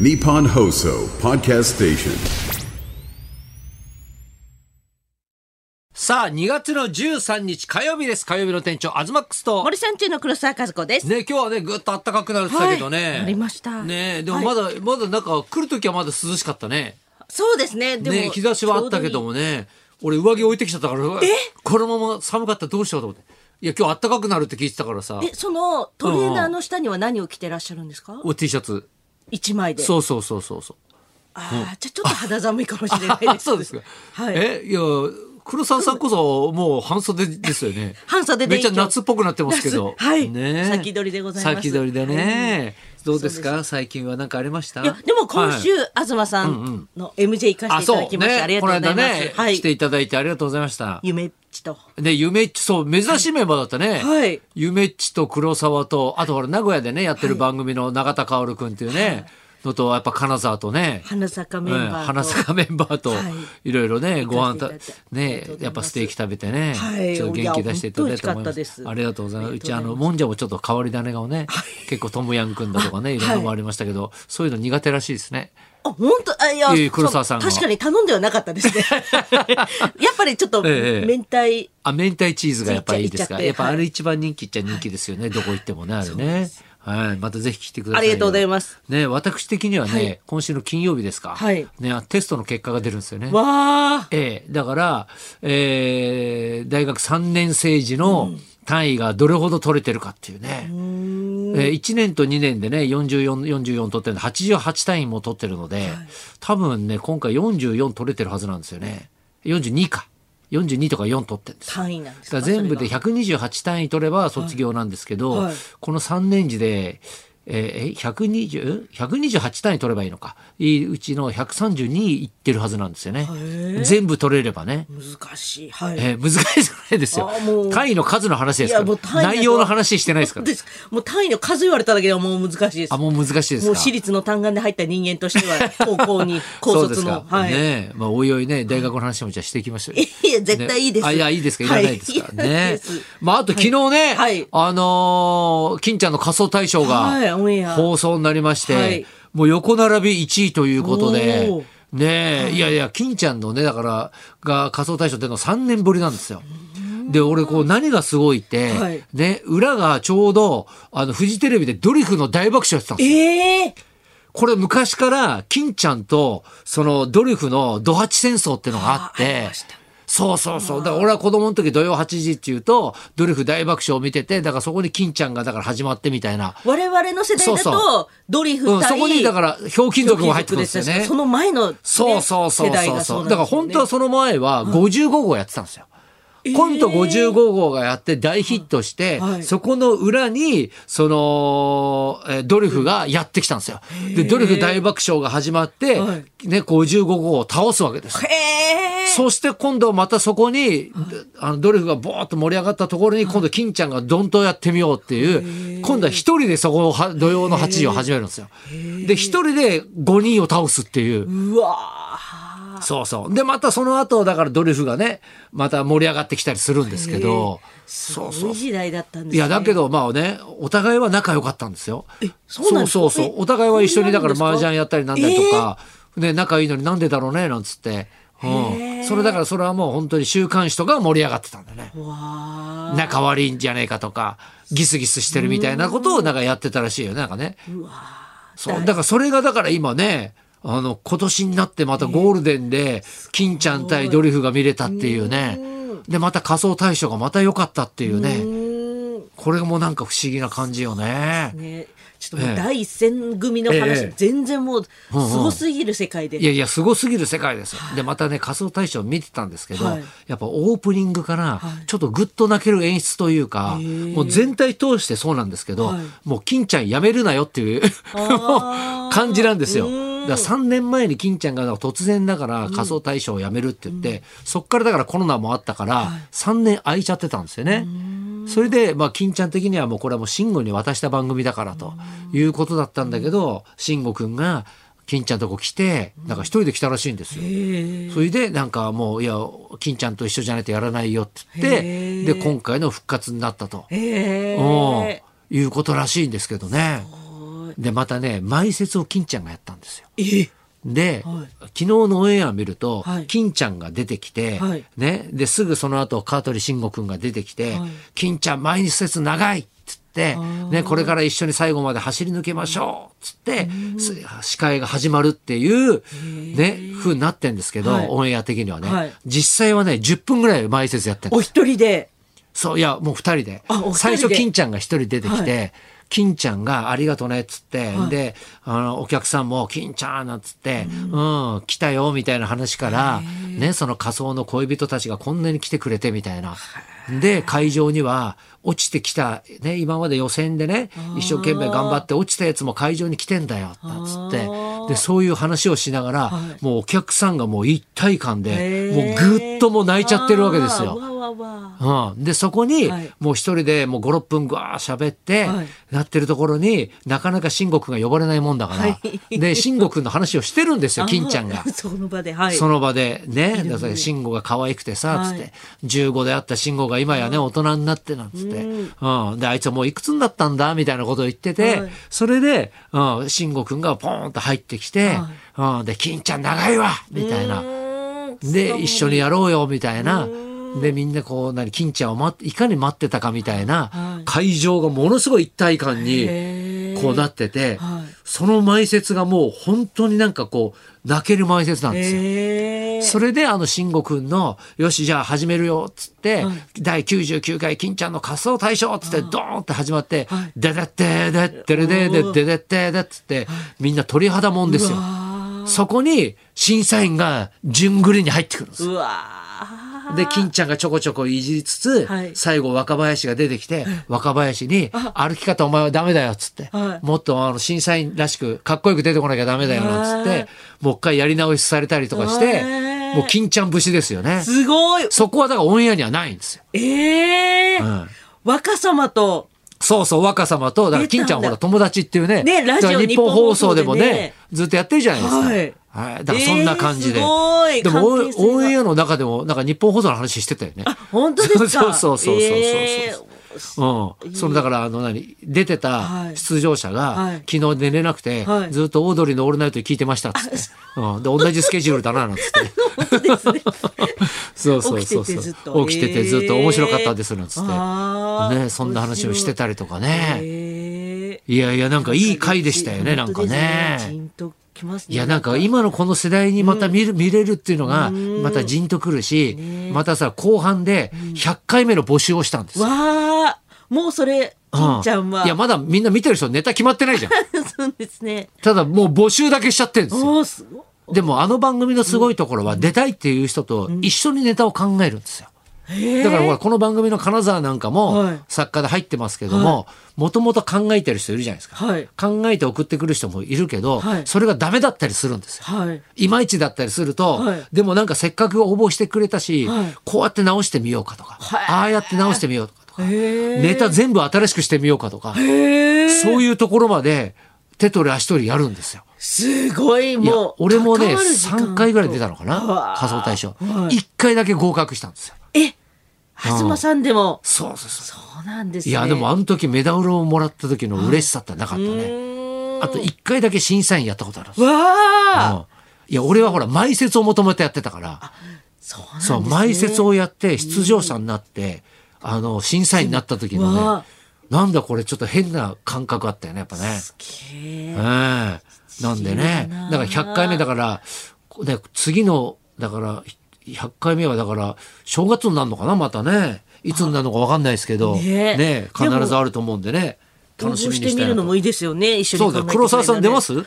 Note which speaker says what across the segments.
Speaker 1: Nippon Hoso Podcast Station.
Speaker 2: さあ、2月の13日火曜日です。火曜日の店長、アズマックスと。
Speaker 3: 森さん中の黒沢和子です。
Speaker 2: ね、今日はね、ぐっと暖かくなるって言ったけどね。
Speaker 3: はいなりました
Speaker 2: ね、でも
Speaker 3: はい
Speaker 2: まだ、まだなんか来る時はまだ涼しかったね。
Speaker 3: そうですね。でも、
Speaker 2: ね、日差しはあったけどもね、俺上着置いてきちゃったから、このまま寒かったらどうしようと思って。いや、今日暖かくなるって聞いてたからさ
Speaker 3: ちょうどいい。、え、そのトレーナーの下には何を着てらっしゃるんですか
Speaker 2: お T シャツ。
Speaker 3: 一枚で。
Speaker 2: そうそうそうそうそう。
Speaker 3: ああ、じゃあちょっと肌寒いかもしれない
Speaker 2: あ
Speaker 3: です。
Speaker 2: そうですか。
Speaker 3: はい
Speaker 2: え、いや、黒沢さんこそもう半袖ですよね。
Speaker 3: 半袖で
Speaker 2: めっちゃ夏っぽくなってますけど。
Speaker 3: 夏 はい
Speaker 2: ねえ
Speaker 3: 先取りでございます
Speaker 2: 先取りでね。どうです
Speaker 3: そ
Speaker 2: か最近は何かありました
Speaker 3: いや、でも今週、
Speaker 2: はい
Speaker 3: 東さんの MJ 行か
Speaker 2: あ、
Speaker 3: せて
Speaker 2: そ
Speaker 3: いただ
Speaker 2: う。
Speaker 3: きました。あ,、
Speaker 2: ね
Speaker 3: り。が
Speaker 2: ことの
Speaker 3: うご
Speaker 2: 間
Speaker 3: ざいます。
Speaker 2: ね、
Speaker 3: は
Speaker 2: 来て
Speaker 3: い。
Speaker 2: いただいてありがとうございました。
Speaker 3: 夢っちと。
Speaker 2: ね、夢っち、そう、珍しいメンバーだったね。
Speaker 3: はい
Speaker 2: 夢っちと黒沢と、あとほら、名古屋でね、やってる番組の永田薫くんっていうね、のと、やっぱ金沢とね、
Speaker 3: 花坂メン
Speaker 2: うん
Speaker 3: バーと。
Speaker 2: 花坂メンバーと、
Speaker 3: はい
Speaker 2: いろいろね、ご飯
Speaker 3: いた
Speaker 2: た
Speaker 3: だいて、あり
Speaker 2: ね
Speaker 3: がとうございま、す
Speaker 2: やっぱステーキ食べてね、
Speaker 3: はい
Speaker 2: ちょっと元気出していただいたと思い
Speaker 3: いや本当美味しか
Speaker 2: ま
Speaker 3: った
Speaker 2: す。
Speaker 3: です
Speaker 2: ありがとうございます。
Speaker 3: あ
Speaker 2: う
Speaker 3: りが
Speaker 2: ち、
Speaker 3: とうご
Speaker 2: あ
Speaker 3: ざいます
Speaker 2: の、もんじゃもちょっと変わり種がね、結構トムヤンくんだとかね、いろんなのもありましたけど、そういうの苦手らしいですね。
Speaker 3: あ、本当あ、いや
Speaker 2: いえいえ黒沢さんが
Speaker 3: そう確かに頼んではなかったです ね。やっぱりちょっと、
Speaker 2: ええ
Speaker 3: 明太、
Speaker 2: あ、明太チーズがやっぱいいです
Speaker 3: ついちゃっ
Speaker 2: か。
Speaker 3: て
Speaker 2: やっぱあれ一番人気っちゃ人気ですよね。どこ行ってもね、あれね。はい。またぜひ来てくださいよ。
Speaker 3: ありがとうございます
Speaker 2: ね、私的にはね、
Speaker 3: はい
Speaker 2: 今週の金曜日ですか。
Speaker 3: はい
Speaker 2: ね、テストの結果が出るんですよね。
Speaker 3: わー。
Speaker 2: ええだから、えー大学3年生時の単位がどれほど取れてるかっていうね。えー1年と2年でね、44、44取ってるんで、88単位も取ってるので、多分ね、今回44取れてるはずなんですよね。42か。42とか4取ってるんですよ
Speaker 3: 単位なんですか
Speaker 2: だから全部
Speaker 3: それ
Speaker 2: で
Speaker 3: が
Speaker 2: 128単位取れば卒業なんですけど、
Speaker 3: はいはい
Speaker 2: この3年時で、えーえ 120? 128単位取ればいいのか。いうちの132いってるはずなんですよね。全部取れればね。
Speaker 3: 難しい。はい。
Speaker 2: えー難しくないですよ
Speaker 3: あーもう。
Speaker 2: 単位の数の話ですか
Speaker 3: いやもう単
Speaker 2: ら。
Speaker 3: 位なんて
Speaker 2: 内容の話してないです から。
Speaker 3: もう単位の数言われただけではもう難しいです。
Speaker 2: あ、
Speaker 3: も
Speaker 2: もう難しいですか。
Speaker 3: う私立の単眼で入った人間としては、高 校に、高
Speaker 2: そうで
Speaker 3: 卒
Speaker 2: す
Speaker 3: の
Speaker 2: か。。
Speaker 3: はい。
Speaker 2: ねえまあ、おいおいね、大学の話もじゃあしていきましょうよ。
Speaker 3: いや絶対いいで
Speaker 2: ね
Speaker 3: す
Speaker 2: あ、いや、いいですか。いら
Speaker 3: はい
Speaker 2: ないですから
Speaker 3: いらない
Speaker 2: ね
Speaker 3: です。
Speaker 2: まあ、あと昨日ね、
Speaker 3: はい
Speaker 2: あのー金ちゃんの仮装大賞
Speaker 3: はい
Speaker 2: が
Speaker 3: オンエア
Speaker 2: 放送になりまして、
Speaker 3: はい
Speaker 2: もう横並び1位ということで
Speaker 3: おー、
Speaker 2: ねえ、い、やいや、金ちゃんのね、だから、が仮装大賞っていうのは3年ぶりなんですよ。で、俺、こう、何がすごいって、
Speaker 3: はい
Speaker 2: ね、裏がちょうど、あの、フジテレビでドリフの大爆笑やってたんですよ
Speaker 3: ええ
Speaker 2: これ昔から、金ちゃんと、そのドリフのドハチ戦争ってのがあっ
Speaker 3: ああり
Speaker 2: て
Speaker 3: ました、
Speaker 2: そうそうそう。だから俺は子供の時土曜8時っていうと、ドリフ大爆笑を見てて、だからそこに金ちゃんがだから始まってみたいな。
Speaker 3: 我々の世代
Speaker 2: そう
Speaker 3: だ
Speaker 2: そう
Speaker 3: と、ドリフ対、
Speaker 2: うん、そこにだから、ひょうきん族も入ってくるんですよね。
Speaker 3: その前のね、
Speaker 2: そうそうそう
Speaker 3: 世代
Speaker 2: そう
Speaker 3: が
Speaker 2: そう、
Speaker 3: うなんですよね
Speaker 2: だから本当はその前は55号やってたんですよ。コント55号がやって大ヒットして、
Speaker 3: はい
Speaker 2: そこの裏に、その、えードリフがやってきたんですよ。で、ドリフ大爆笑が始まって、
Speaker 3: はい
Speaker 2: ね、55号を倒すわけです。
Speaker 3: へえ
Speaker 2: そして今度またそこに、あのドリフがボーっと盛り上がったところに、今度金ちゃんがどんとやってみようっていう、今度は一人でそこをは土曜の8時を始めるんですよ。で、一人で5人を倒すっていう。
Speaker 3: うわー
Speaker 2: そうそう。で、またその後、だからドリフがね、また盛り上がってきたりするんですけど、そう
Speaker 3: す
Speaker 2: そ。
Speaker 3: ごいう時代だったんですね。
Speaker 2: いや、だけど、まあね、お互いは仲良かったんですよ。
Speaker 3: そうなんですか
Speaker 2: そうそうそう
Speaker 3: え
Speaker 2: お互いは一緒に、だから
Speaker 3: そうなん
Speaker 2: 麻
Speaker 3: ですか
Speaker 2: 雀やったりなんだりとか、ね、仲いいのになんでだろうね、なんつって。うん。それだから、それはもう本当に週刊誌とか盛り上がってたんだね。
Speaker 3: うわー
Speaker 2: 仲悪いんじゃねえかとか、ギスギスしてるみたいなことをなんかやってたらしいよね、なんかね。そう。だからそれがだから今ね、あの、今年になってまたゴールデンで、金ちゃん対ドリフが見れたっていうね。で、また仮装大賞がまた良かったっていうね。これもなんか不思議な感じよね。
Speaker 3: ね、ちょっとも
Speaker 2: ええ
Speaker 3: う第一線組の話、
Speaker 2: ええ
Speaker 3: 全然もう、すごすぎる世界で。
Speaker 2: いやいや、すごすぎる世界ですよ。で、またね、仮装大賞見てたんですけど、
Speaker 3: はい
Speaker 2: やっぱオープニングから、ちょっとグッと泣ける演出というか、もう全体通してそうなんですけど、
Speaker 3: はい
Speaker 2: もう金ちゃんやめるなよっていう 感じなんですよ。だ3年前に金ちゃんが突然だから仮装大賞をやめるって言って、そっからだからコロナもあったから、3年空いちゃってたんですよね。それで、まあ、金ちゃん的にはもうこれはもう慎吾に渡した番組だからということだったんだけど、慎吾くんが金ちゃんとこ来て、なんか一人で来たらしいんですよ。それで、なんかもう、いや、金ちゃんと一緒じゃないとやらないよって言って、で、今回の復活になったと、
Speaker 3: へえ
Speaker 2: うんいうことらしいんですけどね。
Speaker 3: えはい
Speaker 2: でまたね前説を金ちゃんがやったんですよ。
Speaker 3: え
Speaker 2: で、
Speaker 3: はい
Speaker 2: 昨日のオンエアを見ると、
Speaker 3: はい
Speaker 2: 金ちゃんが出てきて、
Speaker 3: はい
Speaker 2: ね、ですぐその後香取慎吾君が出てきて「
Speaker 3: はい
Speaker 2: 金ちゃん毎日説長い!」っつって、ね、これから一緒に最後まで走り抜けましょうっつって、す司会が始まるっていう、ね、風になってんですけど、
Speaker 3: はい
Speaker 2: オンエア的にはね、
Speaker 3: はい
Speaker 2: 実際はね10分ぐらい前説やってんの
Speaker 3: お一人で
Speaker 2: そういやもう二人で
Speaker 3: あお二人で
Speaker 2: 最初金ちゃんが一人出てきて、
Speaker 3: は
Speaker 2: 金ちゃんが「ありがとね」っつって、
Speaker 3: はい
Speaker 2: であのお客さんも「金ちゃん」なんつって「うん、来たよ」みたいな話から、ね、その仮想の恋人たちがこんなに来てくれてみたいな。で会場には落ちてきた、ね、今まで予選でね一生懸命頑張って落ちたやつも会場に来てんだよなんつって
Speaker 3: あー
Speaker 2: でそういう話をしながら、
Speaker 3: はい
Speaker 2: もうお客さんがもう一体感で
Speaker 3: へ
Speaker 2: もう
Speaker 3: ー
Speaker 2: ぐっともう泣いちゃってるわけですよ
Speaker 3: あ。ーわわわ
Speaker 2: うん、でそこに
Speaker 3: はい
Speaker 2: もう一人でもう56分ぐわー喋って、
Speaker 3: はい
Speaker 2: なってるところになかなか慎吾君が呼ばれないもんだから、
Speaker 3: はい
Speaker 2: で慎吾君の話をしてるんですよ金ちゃんが
Speaker 3: あー。その場ではい
Speaker 2: その場でね、
Speaker 3: い
Speaker 2: だから慎吾が可愛くてさ、つっ
Speaker 3: は
Speaker 2: て
Speaker 3: い、
Speaker 2: 15であった慎吾が今やね、大人になってなんつって、うん。で、あいつはもういくつになったんだ、みたいなことを言って
Speaker 3: は
Speaker 2: て
Speaker 3: い、
Speaker 2: それで、うん、慎吾くんがポーンと入ってきて、うん、で、金ちゃん長いわみたいな。で、一緒にやろうよ、みたいな。で、みんなこう、何、金ちゃんを待って、いかに待ってたかみたい
Speaker 3: は、
Speaker 2: ない会場がものすごい一体感に、
Speaker 3: へー
Speaker 2: こうなってて
Speaker 3: はい、
Speaker 2: その前説がもう本当になんかこう、泣ける前説なんですよ。
Speaker 3: へー
Speaker 2: それであの慎吾くんの「よしじゃあ始めるよ」っつって、
Speaker 3: はい
Speaker 2: 第99回金ちゃんの仮装大賞っつってドーンって始まって
Speaker 3: はい
Speaker 2: 「ででってでってれででででってで」っつってみんな鳥肌もんですよ
Speaker 3: う。わ
Speaker 2: そこに審査員が順繰りに入ってくるんです
Speaker 3: ー。うわー
Speaker 2: で金ちゃんがちょこちょこいじりつつ、
Speaker 3: はい
Speaker 2: 最後若林が出てきて若林に「歩き方お前はダメだよ」っつって、
Speaker 3: はい
Speaker 2: もっとあの審査員らしくかっこよく出てこなきゃダメだよ」なんつって
Speaker 3: ね
Speaker 2: もう一回やり直しされたりとかして
Speaker 3: ね
Speaker 2: もう金ちゃん節ですよね。
Speaker 3: すごい
Speaker 2: そこはだからオンエアにはないんですよ。
Speaker 3: ええ
Speaker 2: うん
Speaker 3: 若さまと
Speaker 2: そうそう若さまとだから金ちゃん
Speaker 3: 出たんだ
Speaker 2: ほら友達っていうね
Speaker 3: ねラジオ
Speaker 2: だから日本放送でもね
Speaker 3: 日本放送でね
Speaker 2: ずっとやってるじゃないですか。
Speaker 3: はい
Speaker 2: はい、だからそんな感じで。
Speaker 3: えーすごい
Speaker 2: でもオ
Speaker 3: 関
Speaker 2: ン
Speaker 3: 係性が
Speaker 2: オンエアの中でもなんか日本放送の話してたよね。
Speaker 3: 本当ですか
Speaker 2: そうそうそうそうそうそう
Speaker 3: えー
Speaker 2: うん、そのだからあの何出て
Speaker 3: は
Speaker 2: た
Speaker 3: い
Speaker 2: 出場者が、
Speaker 3: はい
Speaker 2: 昨日寝れなくて、
Speaker 3: はい
Speaker 2: ずっとオードリーの「オールナイト」聞いてましたっつって、うん、で同じスケジュールだななんつって
Speaker 3: 本当ですね
Speaker 2: そうそうそうそう
Speaker 3: 起きててずっと
Speaker 2: 起きててずっと
Speaker 3: えー
Speaker 2: 面白かったですなんつって、
Speaker 3: あー
Speaker 2: ね、そんな話をしてたりとかね。
Speaker 3: えー
Speaker 2: いやいや、なんかいい回でしたよね、なんか
Speaker 3: 本当ですジ
Speaker 2: ね。
Speaker 3: ーンときますね
Speaker 2: いや、なんか今のこの世代にまた見る、見れるっていうのが、またじんとくるし、またさ、後半で100回目の募集をしたんですよ。
Speaker 3: わあもうそれ
Speaker 2: う
Speaker 3: 金ちゃんは、
Speaker 2: いや、まだみんな見てる人ネタ決まってない じゃん。
Speaker 3: そうですね
Speaker 2: ただもう募集だけしちゃってるんですよ。
Speaker 3: おーすごい
Speaker 2: でもあの番組のすごいところは、出たいっていう人と一緒にネタを考えるんですよ。だからほら、この番組の金沢なんか
Speaker 3: は
Speaker 2: も
Speaker 3: い、
Speaker 2: 作家で入ってますけども、もともと考えてる人いるじゃないですか。
Speaker 3: はい
Speaker 2: 考えて送ってくる人もいるけど、
Speaker 3: はい
Speaker 2: それがダメだったりするんですよ。
Speaker 3: はい
Speaker 2: いまいちだったりすると、
Speaker 3: はい
Speaker 2: でもなんかせっかく応募してくれたし、
Speaker 3: はい
Speaker 2: こうやって直してみようかとか、
Speaker 3: はい
Speaker 2: ああやって直してみようとかとか、
Speaker 3: へー
Speaker 2: ネタ全部新しくしてみようかとか、
Speaker 3: へー
Speaker 2: そういうところまで手取り足取りやるんですよ。
Speaker 3: すごい
Speaker 2: いや
Speaker 3: もう
Speaker 2: 俺もね
Speaker 3: 関わる時間と
Speaker 2: 3回ぐらい出たのか
Speaker 3: うわ
Speaker 2: な
Speaker 3: ー
Speaker 2: 仮想大賞、
Speaker 3: はい
Speaker 2: 1回だけ合格したんですよ。
Speaker 3: え初間さんでも
Speaker 2: そうそうそう。
Speaker 3: そうなんですね
Speaker 2: いやでもあの時メダルをもらった時の嬉しさってなかったね。
Speaker 3: うーん
Speaker 2: あと1回だけ審査員やったことあるんですよ
Speaker 3: わあ、
Speaker 2: うんいや俺はほら埋設を求めてやってたから
Speaker 3: そうなんです
Speaker 2: そう
Speaker 3: ね
Speaker 2: 埋設をやって出場者になってあの審査員になった時
Speaker 3: う
Speaker 2: のね
Speaker 3: わ
Speaker 2: なんだこれちょっと変な感覚あったよねやっぱね。
Speaker 3: すげ
Speaker 2: ええ
Speaker 3: え
Speaker 2: なんでね
Speaker 3: 不思議だな
Speaker 2: だから100回目だからね次のだから100回目はだから正月になるのかなまたねいつになるのか分かんないですけど
Speaker 3: あね
Speaker 2: ね
Speaker 3: え
Speaker 2: 必
Speaker 3: で
Speaker 2: ず
Speaker 3: も
Speaker 2: あると思うんでね楽しみに
Speaker 3: 応募し
Speaker 2: してた
Speaker 3: み
Speaker 2: いな
Speaker 3: るの
Speaker 2: と
Speaker 3: もいいですよね一緒に
Speaker 2: そうだ
Speaker 3: 考えて
Speaker 2: 黒沢さん出ます
Speaker 3: 100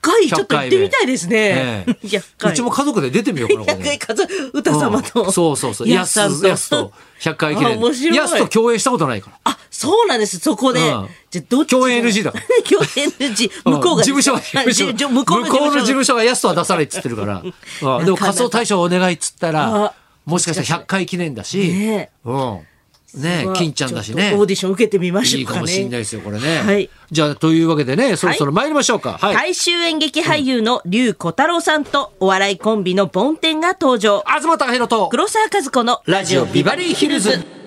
Speaker 3: 回ちょっと行ってみたいですね
Speaker 2: え え
Speaker 3: 100回
Speaker 2: うちも家族で出てみようかなこれ
Speaker 3: 100回数歌様
Speaker 2: う
Speaker 3: と
Speaker 2: んそうそうそう
Speaker 3: や
Speaker 2: や
Speaker 3: すさん
Speaker 2: すやすと
Speaker 3: と
Speaker 2: 100回記念
Speaker 3: あ面白い
Speaker 2: やすと共演したことないから
Speaker 3: あそうなんですそこで
Speaker 2: うん
Speaker 3: じゃあどっち
Speaker 2: 共演 NG だから
Speaker 3: 共演 NG 向こ
Speaker 2: ん
Speaker 3: うが
Speaker 2: 事務所は
Speaker 3: あじじ向こうの
Speaker 2: 向こうの事務
Speaker 3: 所
Speaker 2: 所はやすとは出さないっつってる から、うんでも仮装大賞お願いっつったら
Speaker 3: あ
Speaker 2: もしかしたら100回記念だし、
Speaker 3: ね
Speaker 2: うんね金ちゃんだしね
Speaker 3: ょっとオーディション受けてみましょ
Speaker 2: いうい
Speaker 3: か
Speaker 2: か
Speaker 3: ね
Speaker 2: もしれないですよこれね、
Speaker 3: はい
Speaker 2: じゃあというわけでねそろそろ参りましょうかはい、
Speaker 3: 大衆演劇俳優の龍小太郎さんとお笑いコンビの梵天が登場
Speaker 2: 東隆弘と
Speaker 3: 黒沢和子の
Speaker 2: ラジオビバリーヒルズ